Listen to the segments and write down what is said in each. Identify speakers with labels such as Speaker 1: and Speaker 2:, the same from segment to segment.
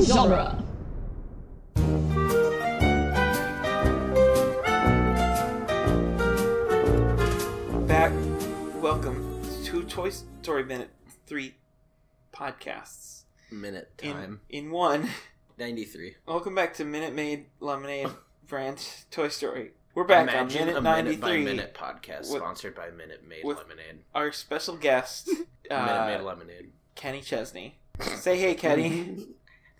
Speaker 1: genre.
Speaker 2: Back, welcome to Toy Story Minute Three podcasts
Speaker 3: Minute
Speaker 2: in
Speaker 3: time.
Speaker 2: in one.
Speaker 3: 93.
Speaker 2: Welcome back to Minute Maid Lemonade Ranch Toy Story. We're back on Minute Ninety
Speaker 3: by
Speaker 2: Three.
Speaker 3: minute podcast
Speaker 2: with-
Speaker 3: sponsored by Minute Made
Speaker 2: with-
Speaker 3: Lemonade.
Speaker 2: Our special guest,
Speaker 3: minute
Speaker 2: uh,
Speaker 3: Made Lemonade.
Speaker 2: Kenny Chesney. Say hey, Kenny.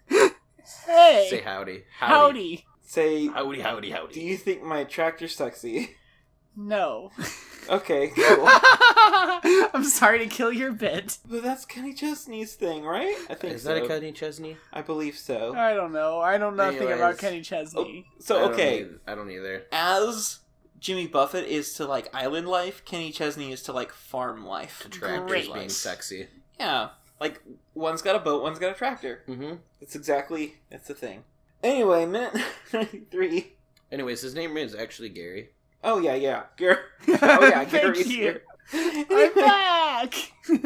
Speaker 1: Hey,
Speaker 3: Say howdy. Howdy.
Speaker 1: howdy.
Speaker 2: Say,
Speaker 3: Howdy, howdy,
Speaker 2: do
Speaker 3: howdy.
Speaker 2: you think my tractor's sexy?
Speaker 1: No,
Speaker 2: Okay, cool.
Speaker 1: I'm sorry to kill your bit.
Speaker 2: but that's Kenny Chesney's thing, right? I think
Speaker 3: Is
Speaker 2: so.
Speaker 3: that a Kenny Chesney?
Speaker 2: I believe so.
Speaker 1: I don't know. I know nothing about
Speaker 3: Anyways.
Speaker 1: Kenny Chesney.
Speaker 3: I
Speaker 2: So
Speaker 3: don't
Speaker 2: okay,
Speaker 3: eith- I don't either.
Speaker 2: as Jimmy Buffett is to like island life, Kenny Chesney is to like farm life.
Speaker 3: Tractors
Speaker 1: Great.
Speaker 3: being sexy.
Speaker 2: Yeah. Like one's got a boat, one's got a tractor.
Speaker 3: Mm-hmm.
Speaker 2: That's exactly that's the thing. Anyway, minute ninety three.
Speaker 3: Anyways, his name is actually Gary.
Speaker 2: Oh yeah, yeah. Gary. Oh yeah,
Speaker 1: Thank
Speaker 2: Gary's
Speaker 1: you.
Speaker 2: here.
Speaker 1: I'm back.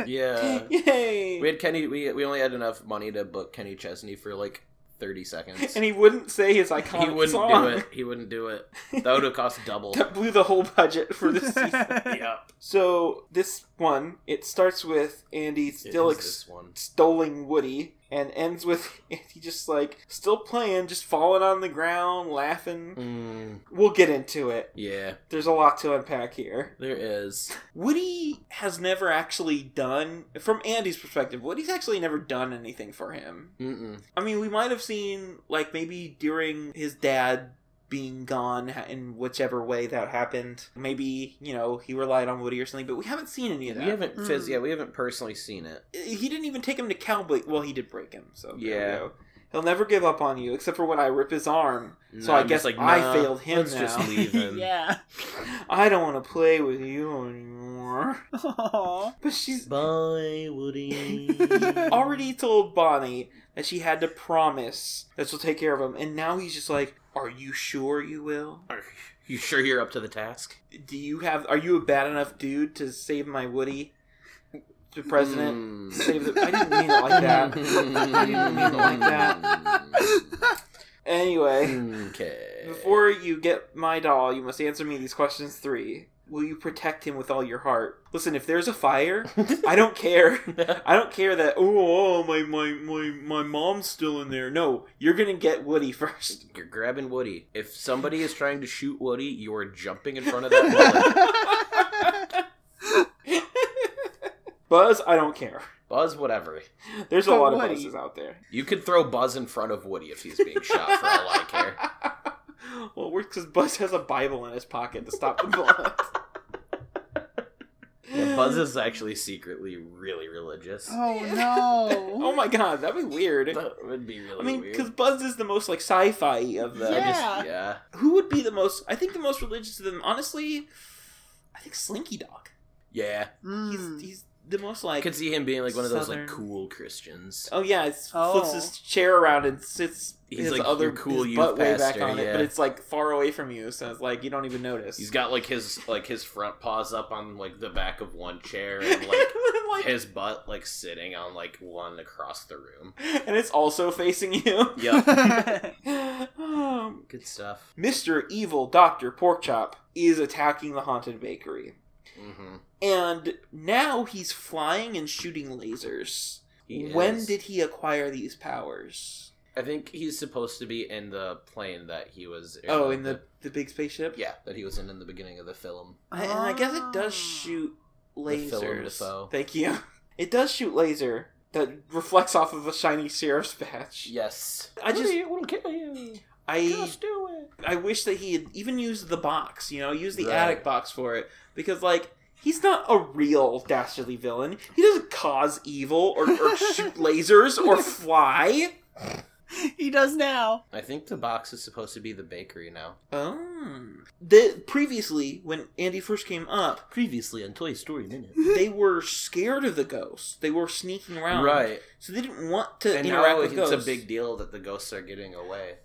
Speaker 3: Yeah.
Speaker 2: Yay.
Speaker 3: we had Kenny. We, we only had enough money to book Kenny Chesney for like 30 seconds.
Speaker 2: and he wouldn't say his iconic
Speaker 3: he wouldn't
Speaker 2: song.
Speaker 3: do it. He wouldn't do it. That would have cost double.
Speaker 2: That blew the whole budget for this season.
Speaker 3: yeah.
Speaker 2: So this one, it starts with Andy still
Speaker 3: It is
Speaker 2: ex-
Speaker 3: this one.
Speaker 2: stoling Woody and ends with Andy just like still playing, just falling on the ground, laughing.
Speaker 3: Mm,
Speaker 2: We'll get into it.
Speaker 3: yeah,
Speaker 2: There's a lot to unpack here.
Speaker 3: there is.
Speaker 2: Woody has never actually done, from Andy's perspective, Woody's actually never done anything for him.
Speaker 3: Mm-mm.
Speaker 2: I mean, we might have seen, like, maybe during his dad being gone ha- in whichever way that happened. Maybe, you know, he relied on Woody or something, but we haven't seen any of that.
Speaker 3: We haven't phys-
Speaker 1: Mm.
Speaker 3: yeah, we haven't personally seen it.
Speaker 2: he didn't even take him to cowboy. Well, he did break him, so there we
Speaker 3: Yeah.
Speaker 2: go. He'll never give up on you, except for when I rip his arm. So
Speaker 3: No,
Speaker 2: I
Speaker 3: I'm
Speaker 2: guess
Speaker 3: just like,
Speaker 2: I
Speaker 3: nah,
Speaker 2: failed him
Speaker 3: Let's just
Speaker 2: now.
Speaker 3: leave him.
Speaker 1: yeah.
Speaker 2: I don't want to play with you anymore.
Speaker 1: Aw.
Speaker 2: But she's
Speaker 3: Bye, Woody.
Speaker 2: already told Bonnie that she had to promise that she'll take care of him, and now he's just like, "Are you sure you will?
Speaker 3: Are you sure you're up to the task?
Speaker 2: Do you have? Are you a bad enough dude to save my Woody, the president?
Speaker 3: Mm.
Speaker 2: Save the? I didn't mean it like that.
Speaker 3: I
Speaker 2: didn't mean it like Anyway."
Speaker 3: Mm. Okay.
Speaker 2: Before you get my doll, you must answer me these questions three. Will you protect him with all your heart? Listen, if there's a fire, I don't care. I don't care that oh, oh my, my my my mom's still in there. No, you're gonna get Woody first.
Speaker 3: You're grabbing Woody. If somebody is trying to shoot Woody, you are jumping in front of that bullet.
Speaker 2: Buzz, I don't care.
Speaker 3: Buzz, whatever.
Speaker 2: There's a
Speaker 1: But
Speaker 2: lot of
Speaker 1: Woody-
Speaker 2: buzzes out there.
Speaker 3: You could throw Buzz in front of Woody if he's being shot for all I care.
Speaker 2: well, it works because Buzz has a Bible in his pocket to stop the bullet.
Speaker 3: Yeah, Buzz is actually secretly really religious.
Speaker 1: oh no.
Speaker 2: Oh my god, that'd be weird.
Speaker 3: That would be really
Speaker 2: I mean,
Speaker 3: weird.
Speaker 2: because Buzz is the most like sci-fi of them.
Speaker 1: Yeah.
Speaker 3: yeah.
Speaker 2: Who would be the most? I think the most religious of them, honestly. I think Slinky Dog.
Speaker 3: Yeah.
Speaker 1: Mm.
Speaker 2: He's he's the most like.
Speaker 3: I could see him being like one of those
Speaker 2: Southern.
Speaker 3: like cool Christians.
Speaker 2: oh yeah, it's,
Speaker 1: Oh.
Speaker 2: flips his chair around and sits
Speaker 3: He's
Speaker 2: his
Speaker 3: like
Speaker 2: other
Speaker 3: your cool
Speaker 2: his
Speaker 3: youth
Speaker 2: butt way back
Speaker 3: pastor,
Speaker 2: on it,
Speaker 3: yeah.
Speaker 2: but it's like far away from you, so it's like you don't even notice.
Speaker 3: He's got like his like his front paws up on like the back of one chair and like
Speaker 2: Like-
Speaker 3: his butt like sitting on like one across the room.
Speaker 2: and it's also facing you.
Speaker 3: Yep.
Speaker 2: Um,
Speaker 3: Good stuff.
Speaker 2: Mr. Evil Doctor Porkchop is attacking the haunted bakery.
Speaker 3: Mm-hmm.
Speaker 2: And now he's flying and shooting lasers.
Speaker 3: He
Speaker 2: when
Speaker 3: is.
Speaker 2: did he acquire these powers?
Speaker 3: I think he's supposed to be in the plane that he was? In
Speaker 2: Oh, in the the big spaceship.
Speaker 3: yeah that he was in in the beginning of the film.
Speaker 2: I, and I guess it does
Speaker 1: Oh.
Speaker 2: shoot
Speaker 3: With Willem
Speaker 2: lasers.
Speaker 3: Dafoe.
Speaker 2: Thank you. It does shoot laser that reflects off of a shiny sheriff's patch.
Speaker 3: Yes.
Speaker 2: I just-
Speaker 3: Woody, it will kill you.
Speaker 2: I
Speaker 3: do it.
Speaker 2: I wish that he had even used the box. You know, used the
Speaker 3: Right.
Speaker 2: attic box for it because like. He's not a real dastardly villain. He doesn't cause evil or, or shoot lasers or fly.
Speaker 1: he does now.
Speaker 3: I think the box is supposed to be the bakery now.
Speaker 2: Oh. The previously when Andy first came up,
Speaker 3: Previously on Toy Story Minute.
Speaker 2: they were scared of the ghosts. They were sneaking around.
Speaker 3: Right.
Speaker 2: So they didn't want to
Speaker 3: And
Speaker 2: interact
Speaker 3: now
Speaker 2: with
Speaker 3: it's
Speaker 2: ghosts.
Speaker 3: a big deal that the ghosts are getting away.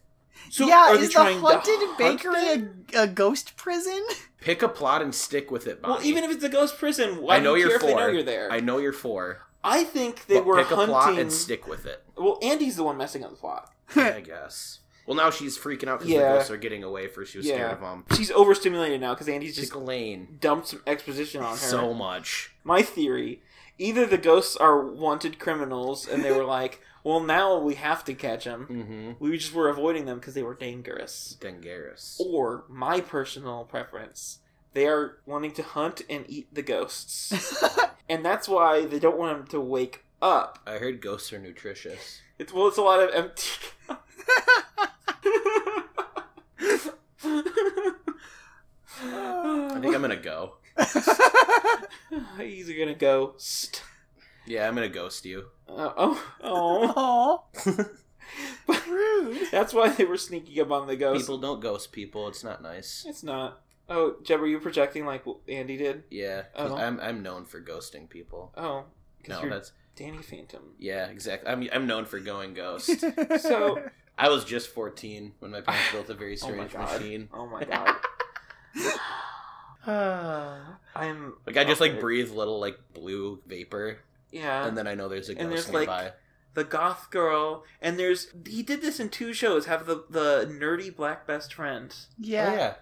Speaker 2: So
Speaker 1: yeah,
Speaker 2: are
Speaker 1: is
Speaker 2: they
Speaker 1: the
Speaker 2: trying to
Speaker 1: haunted
Speaker 2: hunt them?
Speaker 1: bakery a, a ghost prison?
Speaker 3: Pick a plot and stick with it, Bonnie.
Speaker 2: Well, even if it's a ghost prison, why
Speaker 3: I know
Speaker 2: do you
Speaker 3: you're
Speaker 2: care if they know
Speaker 3: four.
Speaker 2: you're there?
Speaker 3: I know you're four.
Speaker 2: I think they
Speaker 3: But
Speaker 2: were
Speaker 3: pick
Speaker 2: hunting.
Speaker 3: a plot and stick with it.
Speaker 2: Well, Andy's the one messing up the plot.
Speaker 3: I guess. Well, now she's freaking out because
Speaker 2: Yeah.
Speaker 3: the ghosts are getting away. For she was
Speaker 2: Yeah.
Speaker 3: scared of them.
Speaker 2: She's overstimulated now because Andy's just
Speaker 3: Just Lane
Speaker 2: dumped some exposition on her.
Speaker 3: so much.
Speaker 2: My theory: either the ghosts are wanted criminals, and they were like, "Well, now we have to catch them."
Speaker 3: Mm-hmm.
Speaker 2: We just were avoiding them because they were dangerous.
Speaker 3: Dengaris.
Speaker 2: Or my personal preference: they are wanting to hunt and eat the ghosts, and that's why they don't want them to wake up.
Speaker 3: I heard ghosts are nutritious.
Speaker 2: It's well, it's a lot of empty.
Speaker 3: I think I'm gonna go.
Speaker 2: He's gonna go. St-
Speaker 3: Yeah, I'm gonna ghost you.
Speaker 2: uh, oh, oh.
Speaker 1: Oh,
Speaker 2: But
Speaker 1: rude.
Speaker 2: That's why they were sneaking up on the ghost.
Speaker 3: People don't ghost people. It's not nice.
Speaker 2: It's not. Oh, Jeb, were you projecting like Andy did?
Speaker 3: Yeah, 'cause
Speaker 2: Oh.
Speaker 3: I'm I'm known for ghosting people.
Speaker 2: Oh, because
Speaker 3: No,
Speaker 2: you're
Speaker 3: that's
Speaker 2: Danny Phantom.
Speaker 3: yeah, exactly. I'm I'm known for going ghost.
Speaker 2: So-
Speaker 3: I was just 14 when my parents built a very
Speaker 2: Oh my
Speaker 3: strange
Speaker 2: god.
Speaker 3: machine.
Speaker 2: Oh my god.
Speaker 1: Uh,
Speaker 3: like
Speaker 2: I'm
Speaker 3: I just like
Speaker 2: okay.
Speaker 3: breathe little like blue vapor,
Speaker 2: Yeah,
Speaker 3: and then I know there's a
Speaker 2: and there's,
Speaker 3: ghost
Speaker 2: like,
Speaker 3: nearby. Oh,
Speaker 2: the goth girl, and there's he did this in two shows. Have the the nerdy black best friend.
Speaker 3: Oh,
Speaker 1: yeah.
Speaker 3: yeah,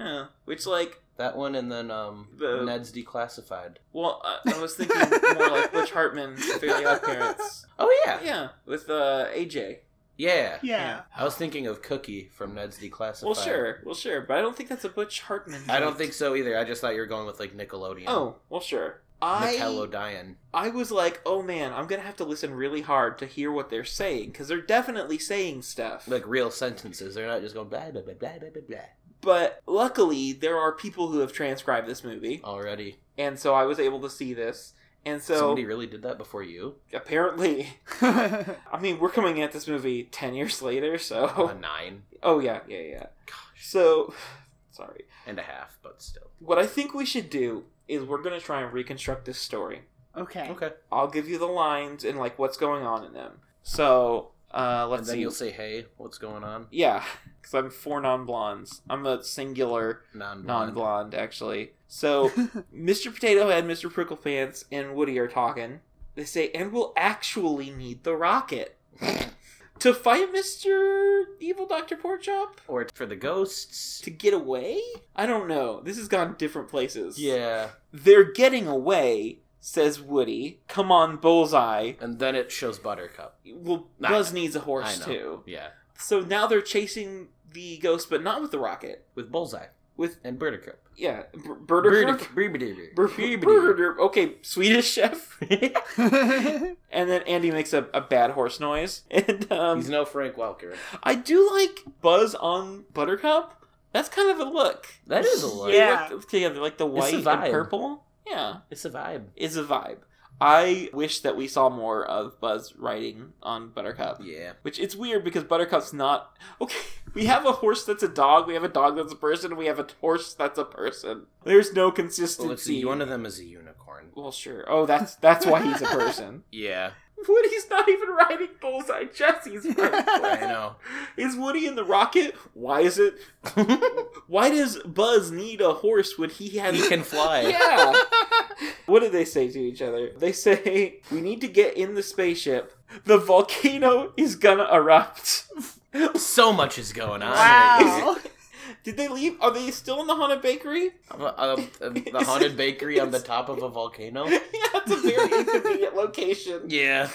Speaker 2: Yeah, which like
Speaker 3: that one, and then um,
Speaker 2: The-
Speaker 3: Ned's declassified.
Speaker 2: well, I, I was thinking more like Butch Hartman, Fairly Odd Parents.
Speaker 3: Oh yeah,
Speaker 2: Yeah, with uh AJ.
Speaker 3: yeah,
Speaker 1: Yeah.
Speaker 3: I was thinking of Cookie from Ned's Declassified.
Speaker 2: Well, sure, well, sure, but I don't think that's a Butch Hartman.
Speaker 3: I
Speaker 2: joke.
Speaker 3: don't think so either. I just thought you were going with like Nickelodeon.
Speaker 2: Oh, well, sure. I
Speaker 3: Nickelodeon.
Speaker 2: I was like, oh man, I'm gonna have to listen really hard to hear what they're saying because they're definitely saying stuff.
Speaker 3: Like real sentences. They're not just going blah blah blah blah blah blah. blah.
Speaker 2: but luckily, there are people who have transcribed this movie,
Speaker 3: Already,
Speaker 2: and so I was able to see this. And so
Speaker 3: somebody really did that before you.
Speaker 2: apparently, I mean, we're coming at this movie ten years later,
Speaker 3: A
Speaker 2: so
Speaker 3: nine
Speaker 2: oh yeah, yeah, yeah.
Speaker 3: Gosh.
Speaker 2: So sorry.
Speaker 3: and a half, but still
Speaker 2: What I think we should do is we're gonna try and reconstruct this story.
Speaker 1: okay.
Speaker 3: okay.
Speaker 2: I'll give you the lines and like what's going on in them. So uh, let's
Speaker 3: and then
Speaker 2: see.
Speaker 3: you'll say, "Hey, what's going on?"
Speaker 2: Yeah, because I'm four non blondes. I'm a singular
Speaker 3: Non
Speaker 2: non blonde, actually. So Mr. Potato Head, Mr. Prickle Pants, and Woody are talking. They say, and we'll actually need the rocket to fight Mr. Evil Dr. Porkchop?
Speaker 3: or for the ghosts.
Speaker 2: To get away? I don't know. This has gone different places.
Speaker 3: Yeah,
Speaker 2: They're getting away, says Woody. Come on, Bullseye.
Speaker 3: and then it shows Buttercup.
Speaker 2: Well,
Speaker 3: I
Speaker 2: Buzz needs a horse,
Speaker 3: I know.
Speaker 2: too.
Speaker 3: Yeah,
Speaker 2: So now they're chasing the ghost, but not with the rocket.
Speaker 3: with Bullseye
Speaker 2: With
Speaker 3: and Buttercup.
Speaker 2: Yeah, Bur- Burderfurp.
Speaker 3: Burdercup.
Speaker 2: Bur- Burderderp. Okay, Swedish chef. and then Andy makes a, a bad horse noise. And um,
Speaker 3: He's no Frank Welker.
Speaker 2: I do like Buzz on Buttercup. That's kind of a look.
Speaker 3: That is a look.
Speaker 1: Yeah.
Speaker 2: They look together, like the white and
Speaker 3: vibe.
Speaker 2: purple. Yeah,
Speaker 3: It's a vibe.
Speaker 2: is a vibe. I wish that we saw more of Buzz riding on Buttercup.
Speaker 3: Yeah.
Speaker 2: Which it's weird because Buttercup's not okay. We have a horse that's a dog. We have a dog that's a person. We have a horse that's a person. There's no consistency.
Speaker 3: Well, it's a, one of them is a unicorn.
Speaker 2: Well, sure. Oh, that's that's why he's a person.
Speaker 3: Yeah,
Speaker 2: Woody's not even riding Bullseye. Jesse's
Speaker 3: I
Speaker 2: riding.
Speaker 3: know.
Speaker 2: is Woody in the rocket? Why is it? Why does Buzz need a horse when he had?
Speaker 3: he can fly.
Speaker 2: Yeah. what did they say to each other? They say we need to get in the spaceship. The volcano is gonna erupt.
Speaker 3: So much is going on. right
Speaker 1: wow.
Speaker 2: Did they leave? Are they still in the haunted bakery?
Speaker 3: now. Uh, uh, the haunted bakery on the top of a volcano.
Speaker 2: yeah, it's a very inconvenient location.
Speaker 3: Yeah,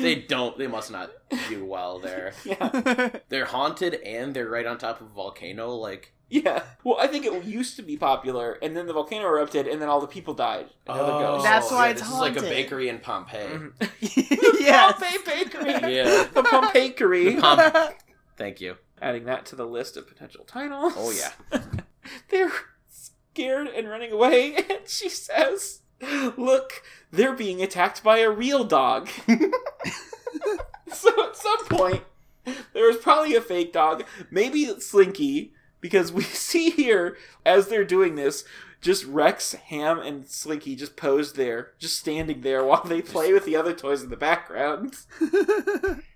Speaker 3: they don't. They must not do well there.
Speaker 2: Yeah.
Speaker 3: They're haunted and they're right on top of a volcano. Like,
Speaker 2: Yeah. Well, I think it used to be popular, and then the volcano erupted, and then all the people died. And now they're ghosts.
Speaker 1: That's why it's
Speaker 3: Oh, this is like a
Speaker 1: haunted.
Speaker 3: bakery in Pompeii.
Speaker 2: Mhm.
Speaker 1: yes. Uh,
Speaker 2: Bakery.
Speaker 3: Yeah.
Speaker 2: The Pompeii.
Speaker 3: The Pomp- Thank you.
Speaker 2: Adding that to the list of potential titles.
Speaker 3: Oh yeah.
Speaker 2: They're scared and running away, and she says, Look, they're being attacked by a real dog. so at some point, there was probably a fake dog, maybe it's Slinky, because we see here, as they're doing this, just Rex, Ham, and Slinky just posed there, just standing there while they play with the other toys in the background.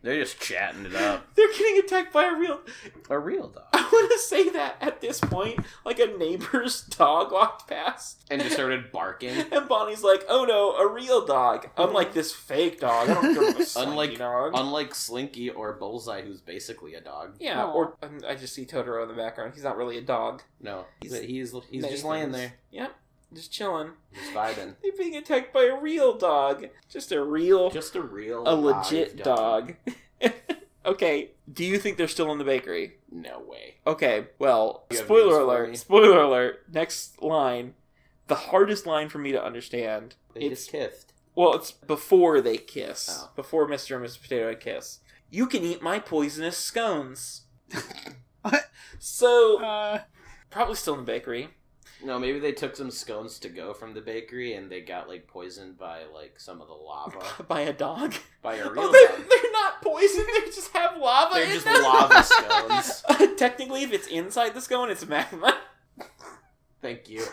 Speaker 3: They're just chatting it up.
Speaker 2: They're getting attacked by a real
Speaker 3: A real dog.
Speaker 2: want to say that at this point, like a neighbor's dog walked past,
Speaker 3: and just started barking.
Speaker 2: and Bonnie's like, "Oh no, a real dog, unlike this fake dog. I don't care about a slinky
Speaker 3: Unlike-
Speaker 2: dog."
Speaker 3: Unlike Slinky or Bullseye, who's basically a dog.
Speaker 2: yeah,
Speaker 1: Aw.
Speaker 2: or um, I just see Totoro in the background. He's not really a dog.
Speaker 3: No, he's
Speaker 2: He's-
Speaker 3: he's, he's
Speaker 2: Many
Speaker 3: just laying
Speaker 2: things.
Speaker 3: there,
Speaker 2: Yep, just chilling.
Speaker 3: just vibing.
Speaker 2: They're being attacked by a real dog. Just a real,
Speaker 3: Just a real,
Speaker 2: a
Speaker 3: live
Speaker 2: legit dog. okay. Do you think they're still in the bakery?
Speaker 3: No way.
Speaker 2: Okay, well,
Speaker 3: You have news
Speaker 2: spoiler
Speaker 3: for
Speaker 2: alert.
Speaker 3: me?
Speaker 2: Spoiler alert. Next line. The hardest line for me to understand.
Speaker 3: They
Speaker 2: It's-
Speaker 3: just kissed.
Speaker 2: Well, it's before they kiss.
Speaker 3: Oh.
Speaker 2: Before Mr. and Mrs. Potato Head kiss. You can eat my poisonous scones.
Speaker 1: What?
Speaker 2: So,
Speaker 1: Uh,
Speaker 2: probably still in the bakery.
Speaker 3: No, maybe they took some scones to go from the bakery and they got like poisoned by like some of the lava
Speaker 2: By a dog.
Speaker 3: by a real
Speaker 2: Oh, they're,
Speaker 3: dog.
Speaker 2: they're not poisoned. They just have lava.
Speaker 3: They're
Speaker 2: in
Speaker 3: just
Speaker 2: them.
Speaker 3: lava scones.
Speaker 2: Technically, if it's inside the scone, it's magma.
Speaker 3: Thank you.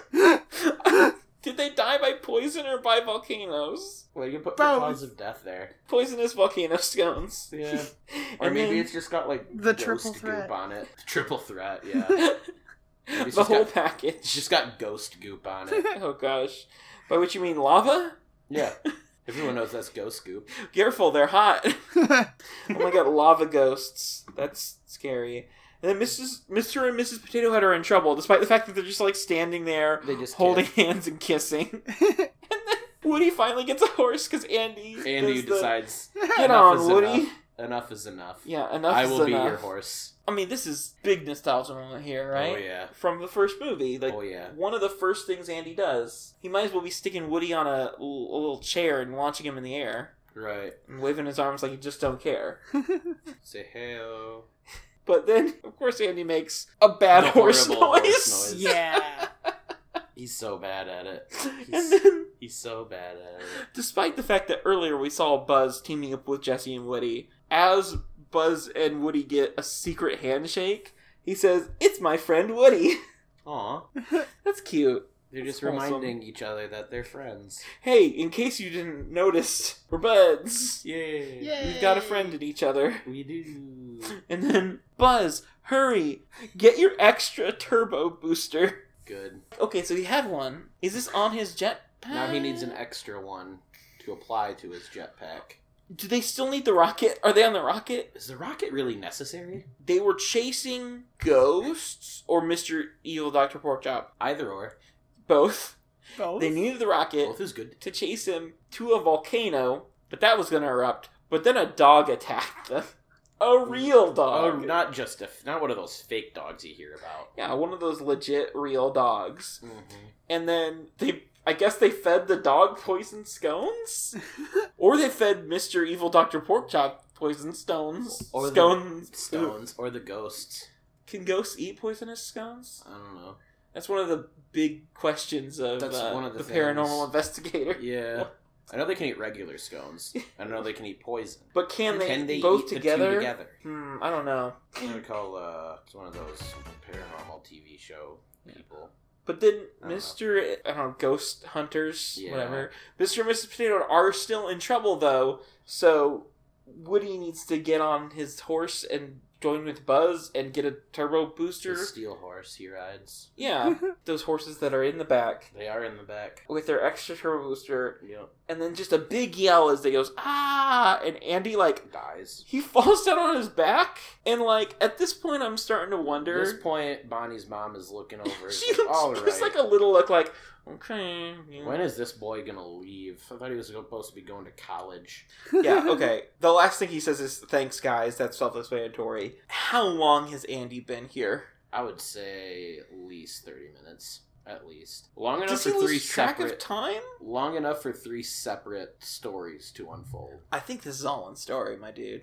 Speaker 2: Did they die by poison or by volcanoes?
Speaker 3: Well, you put
Speaker 1: Bro.
Speaker 3: the cause of death there.
Speaker 2: Poisonous volcano scones.
Speaker 3: Yeah. Or
Speaker 2: And
Speaker 3: maybe
Speaker 2: then-
Speaker 3: it's just got like
Speaker 1: The
Speaker 3: ghost
Speaker 1: triple
Speaker 3: goop
Speaker 1: threat.
Speaker 3: on it. Triple threat. Yeah. Maybe it's
Speaker 2: the
Speaker 3: just
Speaker 2: whole
Speaker 3: got- It's
Speaker 2: package.
Speaker 3: just got ghost goop on it.
Speaker 2: Oh gosh. By which you mean lava?
Speaker 3: Yeah. Everyone knows that's ghost goop.
Speaker 2: Careful, they're hot. Oh my god, lava ghosts. That's scary. And then Mrs. Mr. and Mrs. Potato Head are in trouble, despite the fact that they're just like standing there
Speaker 3: They just
Speaker 2: holding
Speaker 3: kiss.
Speaker 2: hands and kissing. and then Woody finally gets a horse because Andy.
Speaker 3: Andy
Speaker 2: does the,
Speaker 3: decides
Speaker 2: Get
Speaker 3: enough
Speaker 2: on,
Speaker 3: is
Speaker 2: Woody.
Speaker 3: enough. enough is enough.
Speaker 2: Yeah, enough.
Speaker 3: I
Speaker 2: is
Speaker 3: will be
Speaker 2: enough.
Speaker 3: your horse.
Speaker 2: I mean, this is big nostalgia moment here, right?
Speaker 3: Oh yeah.
Speaker 2: From the first movie, like
Speaker 3: oh yeah.
Speaker 2: one of the first things Andy does, he might as well be sticking Woody on a, l- a little chair and launching him in the air
Speaker 3: Right.
Speaker 2: and waving his arms like he just don't care.
Speaker 3: Say hey.
Speaker 2: But then, of course, Andy makes a bad
Speaker 3: The
Speaker 2: horse noise.
Speaker 3: horrible horse noise.
Speaker 1: yeah.
Speaker 3: He's so bad at it.
Speaker 2: and
Speaker 3: He's,
Speaker 2: then,
Speaker 3: he's so bad at it.
Speaker 2: despite the fact that earlier we saw Buzz teaming up with Jesse and Woody, as Buzz and Woody get a secret handshake, he says, "It's my friend Woody."
Speaker 3: Aw.
Speaker 2: That's cute.
Speaker 3: They're just
Speaker 2: That's wholesome.
Speaker 3: reminding each other that they're friends.
Speaker 2: Hey, in case you didn't notice, we're buds.
Speaker 3: Yay.
Speaker 1: Yay.
Speaker 2: We've got a friend in each other.
Speaker 3: We do.
Speaker 2: And then, Buzz, hurry! Get your extra turbo booster.
Speaker 3: Good.
Speaker 2: Okay, so he had one. Is this on his jetpack?
Speaker 3: Now he needs an
Speaker 2: Um,
Speaker 3: extra one to apply to his jetpack.
Speaker 2: Do they still need the rocket? Are they on the rocket?
Speaker 3: Is the rocket really necessary?
Speaker 2: They were chasing ghosts or Mr. Evil Dr. Porkchop?
Speaker 3: Either or.
Speaker 2: Both.
Speaker 1: Both?
Speaker 2: They needed the rocket
Speaker 3: Both is good.
Speaker 2: to chase him to a volcano, but that was going to erupt. But then a dog attacked them. A real
Speaker 3: Oh,
Speaker 2: dog.
Speaker 3: not just a not one of those fake dogs you hear about.
Speaker 2: Yeah, one of those legit real dogs.
Speaker 3: Mm-hmm.
Speaker 2: and then they I guess they fed the dog poison scones? or they fed Mr. Evil Dr. Porkchop poison stones.
Speaker 3: Or the-
Speaker 2: scones.
Speaker 3: Stones or the ghosts.
Speaker 2: Can ghosts eat poisonous scones?
Speaker 3: I don't know.
Speaker 2: That's one of the big questions of,
Speaker 3: That's
Speaker 2: uh,
Speaker 3: one of the
Speaker 2: the,
Speaker 3: things.
Speaker 2: paranormal investigator.
Speaker 3: Yeah. I know they can eat regular scones. I know they can eat poison.
Speaker 2: But can they,
Speaker 3: Can they
Speaker 2: both
Speaker 3: eat
Speaker 2: together?
Speaker 3: The two together?
Speaker 2: Hmm, I don't know.
Speaker 3: I'm gonna call uh, it's one of those paranormal TV show people.
Speaker 2: But then
Speaker 3: I don't know.
Speaker 2: Mr. I don't know, ghost hunters,
Speaker 3: Yeah.
Speaker 2: whatever. Mr. and Mrs. Potato Head are still in trouble though, so Woody needs to get on his horse and join with Buzz and get a turbo booster.
Speaker 3: The steel horse he rides.
Speaker 2: Yeah, those horses that are in the back
Speaker 3: They are in the back.
Speaker 2: with their extra turbo booster,
Speaker 3: Yep.
Speaker 2: and then just a big yell as they goes ah, and Andy like
Speaker 3: Dies.
Speaker 2: he falls down on his back, and like at this point, I'm starting to
Speaker 3: At
Speaker 2: wonder.
Speaker 3: this point, Bonnie's mom is looking over. and
Speaker 2: she
Speaker 3: says,
Speaker 2: looks
Speaker 3: All
Speaker 2: gives,
Speaker 3: right.
Speaker 2: like a little look, like okay. yeah."
Speaker 3: when is this boy gonna leave? I thought he was supposed to be going to college.
Speaker 2: yeah, okay. The last thing he says is, thanks, guys, that's self explanatory. How long has Andy been here?
Speaker 3: I would say at least thirty minutes, at least. Long enough
Speaker 2: Does
Speaker 3: for
Speaker 2: he
Speaker 3: three
Speaker 2: lose track
Speaker 3: separate.
Speaker 2: of time?
Speaker 3: long enough for three separate stories to unfold.
Speaker 2: I think this is all one story, my dude.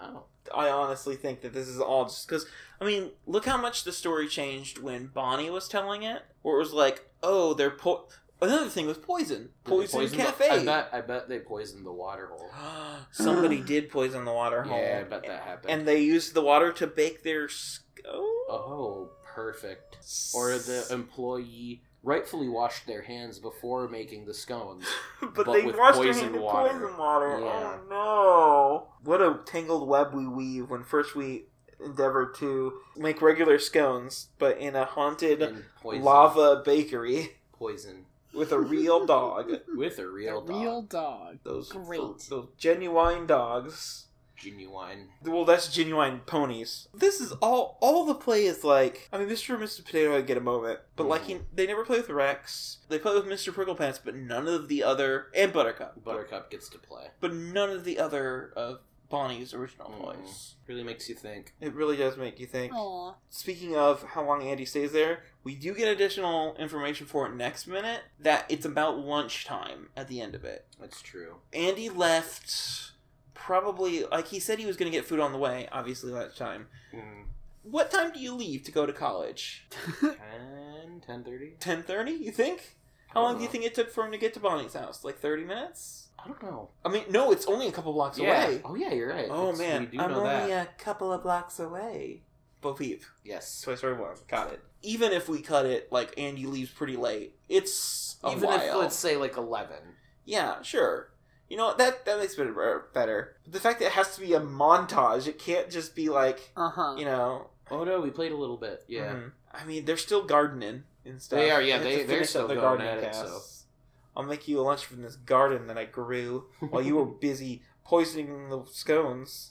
Speaker 3: Oh,
Speaker 2: I honestly think that this is all just because, I mean, look how much the story changed when Bonnie was telling it, where it was like, oh, they're po. Another thing was poison.
Speaker 3: Did they
Speaker 2: Poison,
Speaker 3: poison the-
Speaker 2: cafe.
Speaker 3: I bet. I bet they poisoned the water hole.
Speaker 2: Somebody did poison the water hole.
Speaker 3: Yeah, I bet that happened.
Speaker 2: And they used the water to bake their scone?
Speaker 3: oh, perfect. Or the employee rightfully washed their hands before making the scones.
Speaker 2: but,
Speaker 3: but
Speaker 2: they
Speaker 3: with
Speaker 2: washed it
Speaker 3: poison
Speaker 2: in
Speaker 3: water.
Speaker 2: poison water.
Speaker 3: Yeah.
Speaker 2: Oh no! What a tangled web we weave when first we endeavor to make regular scones, but in a haunted
Speaker 3: And poison.
Speaker 2: lava bakery
Speaker 3: Poison.
Speaker 2: with a real dog.
Speaker 3: With a real
Speaker 1: A
Speaker 3: dog.
Speaker 1: real dog.
Speaker 2: Those
Speaker 1: Great.
Speaker 2: those genuine dogs.
Speaker 3: Genuine.
Speaker 2: Well, that's genuine ponies. This is all. All the play is like. I mean, Mr. and Mr. Potato Head get a moment, but
Speaker 3: Mm-hmm.
Speaker 2: like he, they never play with Rex. They play with Mr. Prickle Pants, but none of the other and Buttercup.
Speaker 3: Buttercup gets to play.
Speaker 2: but none of the other of Bonnie's original toys.
Speaker 3: Really makes you think.
Speaker 2: Mm. It really does make you think.
Speaker 1: Aw.
Speaker 2: Speaking of how long Andy stays there, we do get additional information for it next minute that it's about lunchtime at the end of it.
Speaker 3: That's true.
Speaker 2: Andy left probably like he said he was going to get food on the way, obviously lunchtime. Hmm. What time do you leave to go to college?
Speaker 3: 10, 10.30?
Speaker 2: 10:30, you think? How long do you think it took for him to get to Bonnie's house? Like 30 minutes?
Speaker 3: I don't know.
Speaker 2: I mean, no, it's only a couple blocks
Speaker 3: yeah.
Speaker 2: away.
Speaker 3: Oh, yeah, you're right.
Speaker 2: Oh
Speaker 3: That's-
Speaker 2: man,
Speaker 3: We do
Speaker 2: I'm
Speaker 3: know
Speaker 2: only uh,
Speaker 3: that.
Speaker 2: a couple of blocks away. Bo Peep,
Speaker 3: yes.
Speaker 2: Toy Story One, got it. Even if we cut it, like Andy leaves pretty late, it's a
Speaker 3: Even if,
Speaker 2: while.
Speaker 3: let's say, like 11.
Speaker 2: yeah, sure. You know what? that that makes it better. But the fact that it has to be a montage, it can't just be like
Speaker 1: Uh huh.
Speaker 2: you know.
Speaker 3: Oh, no, we played a little bit. Yeah.
Speaker 2: mhm. I mean, they're still gardening and stuff.
Speaker 3: They are, yeah,
Speaker 2: I have
Speaker 3: they-
Speaker 2: to
Speaker 3: they're
Speaker 2: finish
Speaker 3: still
Speaker 2: up the
Speaker 3: going
Speaker 2: gardening
Speaker 3: at it, so.
Speaker 2: tasks. I'll make you a lunch from this garden that I grew Mm-hmm. while you were busy poisoning the scones.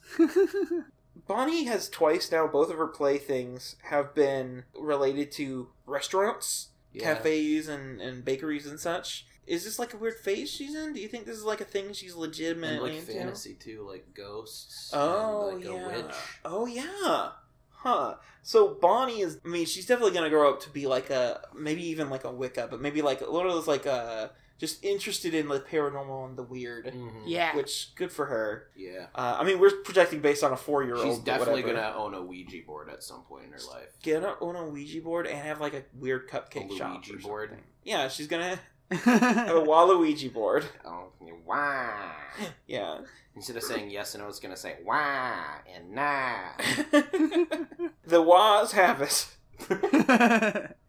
Speaker 2: Bonnie has twice now, both of her playthings have been related to restaurants,
Speaker 3: Yeah.
Speaker 2: cafes, and, and bakeries and such. Is this like a weird phase she's in? Do you think this is like a thing she's legitimately
Speaker 3: And, like,
Speaker 2: into?
Speaker 3: fantasy, too. Like, ghosts.
Speaker 2: Oh,
Speaker 3: and, like,
Speaker 2: yeah.
Speaker 3: a witch.
Speaker 2: Oh, yeah. Huh. So Bonnie is, I mean, she's definitely going to grow up to be like a, maybe even like a Wicca, but maybe like one of those like, uh, just interested in the paranormal and the weird,
Speaker 3: Mhm.
Speaker 1: yeah.
Speaker 2: which good for her.
Speaker 3: Yeah.
Speaker 2: Uh, I mean, we're projecting based on a four year old.
Speaker 3: She's definitely going to own a Ouija board at some point in her life.
Speaker 2: get a, on a Ouija board and have like a weird cupcake
Speaker 3: A
Speaker 2: shop.
Speaker 3: Luigi
Speaker 2: or
Speaker 3: board?
Speaker 2: something. Yeah, she's gonna have a Waluigi board.
Speaker 3: Oh, wow.
Speaker 2: Yeah.
Speaker 3: Instead of saying yes and no, it's gonna say wah and nah.
Speaker 2: the Waz have it.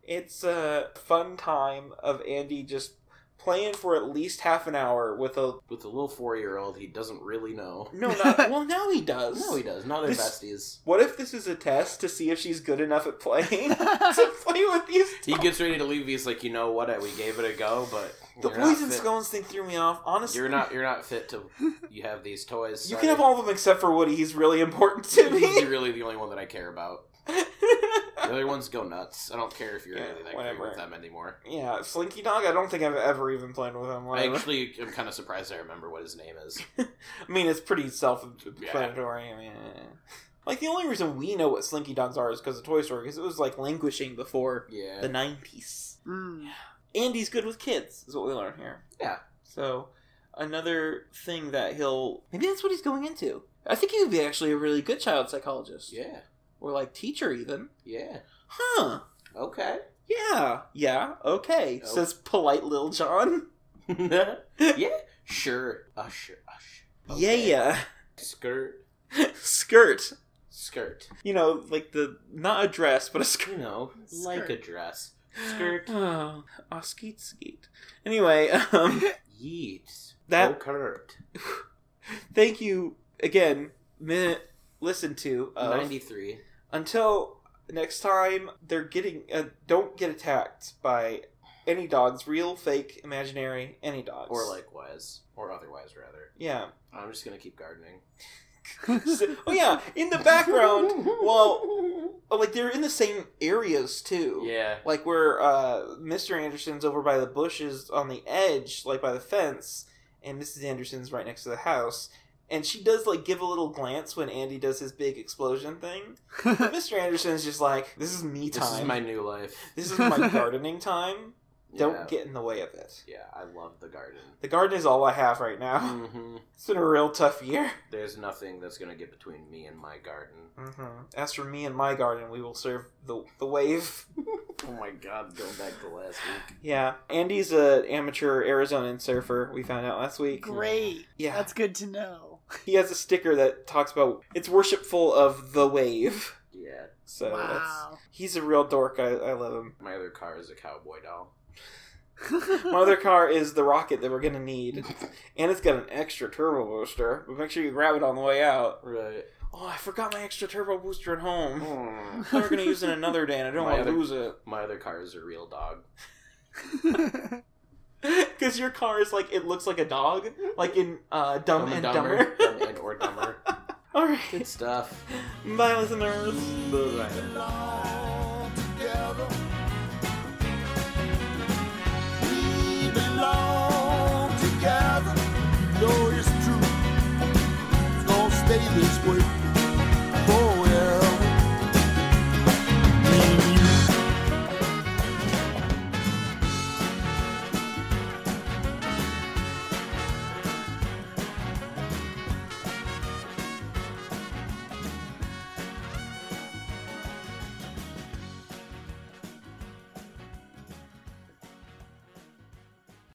Speaker 2: It's a fun time of Andy just playing for at least half an hour with a
Speaker 3: With the little four year old, he doesn't really know.
Speaker 2: no, not well. Now he does.
Speaker 3: No, he does. Now they're
Speaker 2: This-
Speaker 3: besties.
Speaker 2: What if this is a test to see if she's good enough at playing to play with these?
Speaker 3: He gets ready to leave. He's like, you know what? We gave it a go, but
Speaker 2: The
Speaker 3: you're not
Speaker 2: poison
Speaker 3: fit-
Speaker 2: scones thing threw me off. Honestly,
Speaker 3: You're not. You're not fit to. You have these toys.
Speaker 2: You
Speaker 3: sorry.
Speaker 2: can have all of them except for Woody. He's really important to me.
Speaker 3: You're really the only one that I care about. The other ones go nuts. I don't care if you're
Speaker 2: Yeah,
Speaker 3: really that
Speaker 2: whatever.
Speaker 3: great with them anymore.
Speaker 2: Yeah, Slinky Dog. I don't think I've ever even played with him.
Speaker 3: I
Speaker 2: Whatever.
Speaker 3: actually am kind of surprised I remember what his name is.
Speaker 2: I mean, it's pretty self-explanatory. I mean, eh. like the only reason we know what Slinky Dogs are is because of Toy Story, because it was like languishing before
Speaker 3: Yeah.
Speaker 2: the '90s.
Speaker 1: Mm.
Speaker 2: Andy's good with kids, is what we learn here.
Speaker 3: Yeah.
Speaker 2: So another thing that he'll maybe that's what he's going into. I think he would be actually a really good child psychologist,
Speaker 3: Yeah.
Speaker 2: or like teacher even.
Speaker 3: Yeah.
Speaker 2: Huh?
Speaker 3: Okay.
Speaker 2: Yeah. Yeah. Okay.
Speaker 3: Nope.
Speaker 2: Says polite little John.
Speaker 3: yeah. Sure. Uh, sure. Uh, sure. Okay.
Speaker 2: Yeah.
Speaker 3: Skirt.
Speaker 2: Yeah. Skirt.
Speaker 3: Skirt.
Speaker 2: you know, like the not a dress, but a
Speaker 3: You
Speaker 2: skirt.
Speaker 3: know, like a dress. Skirt.
Speaker 2: Oh, aw, skeet skeet. Anyway, um,
Speaker 3: Yeet.
Speaker 2: That-
Speaker 3: Occurred.
Speaker 2: thank you again. Minute listen to of-
Speaker 3: 93.
Speaker 2: until next time. They're getting uh, don't get attacked by any dogs, real, fake, imaginary, any dogs
Speaker 3: Or likewise. Or otherwise, rather.
Speaker 2: yeah.
Speaker 3: I'm just going to keep gardening.
Speaker 2: oh yeah, in the background. well- Oh, like they're in the same areas too.
Speaker 3: Yeah.
Speaker 2: like where uh, Mr. Anderson's over by the bushes on the edge, like by the fence, and Mrs. Anderson's right next to the house. And she does like give a little glance when Andy does his big explosion thing. But Mr. Anderson's just like, "This is me time.
Speaker 3: This is my new life.
Speaker 2: gardening time. Don't
Speaker 3: Yeah.
Speaker 2: get in the way of it."
Speaker 3: Yeah, I love the garden.
Speaker 2: The garden is all I have right now.
Speaker 3: hmm
Speaker 2: It's been a real tough year.
Speaker 3: There's nothing that's going to get between me and my garden. Mm-hmm.
Speaker 2: hmm As for me and my garden, we will serve the the wave.
Speaker 3: Oh my god, going back to last week.
Speaker 2: Yeah, Andy's an amateur Arizonan surfer. We found out last week.
Speaker 1: Great.
Speaker 2: Yeah,
Speaker 1: That's good to know.
Speaker 2: he has a sticker that talks about it's worshipful of the wave.
Speaker 3: Yeah,
Speaker 2: So that's
Speaker 1: wow.
Speaker 2: he's a real dork. I, I love him.
Speaker 3: my other car is a cowboy doll.
Speaker 2: My other car is the rocket that we're gonna need, and it's got an extra turbo booster. But make sure you grab it on the way out.
Speaker 3: Right.
Speaker 2: Oh, I forgot my extra turbo booster at home.
Speaker 3: Mm.
Speaker 2: They were gonna use it another day, and I don't
Speaker 3: My
Speaker 2: want to
Speaker 3: other-
Speaker 2: lose it.
Speaker 3: My other car is a real dog.
Speaker 2: Because your car is like it looks like a dog, like in uh, Dumb, and Dumber.
Speaker 3: Dumb and or dumber.
Speaker 2: All right,
Speaker 3: Good stuff.
Speaker 2: bye, listeners.
Speaker 3: Bye.
Speaker 4: belong together. We belong together. No, it's true. It's gonna stay this way.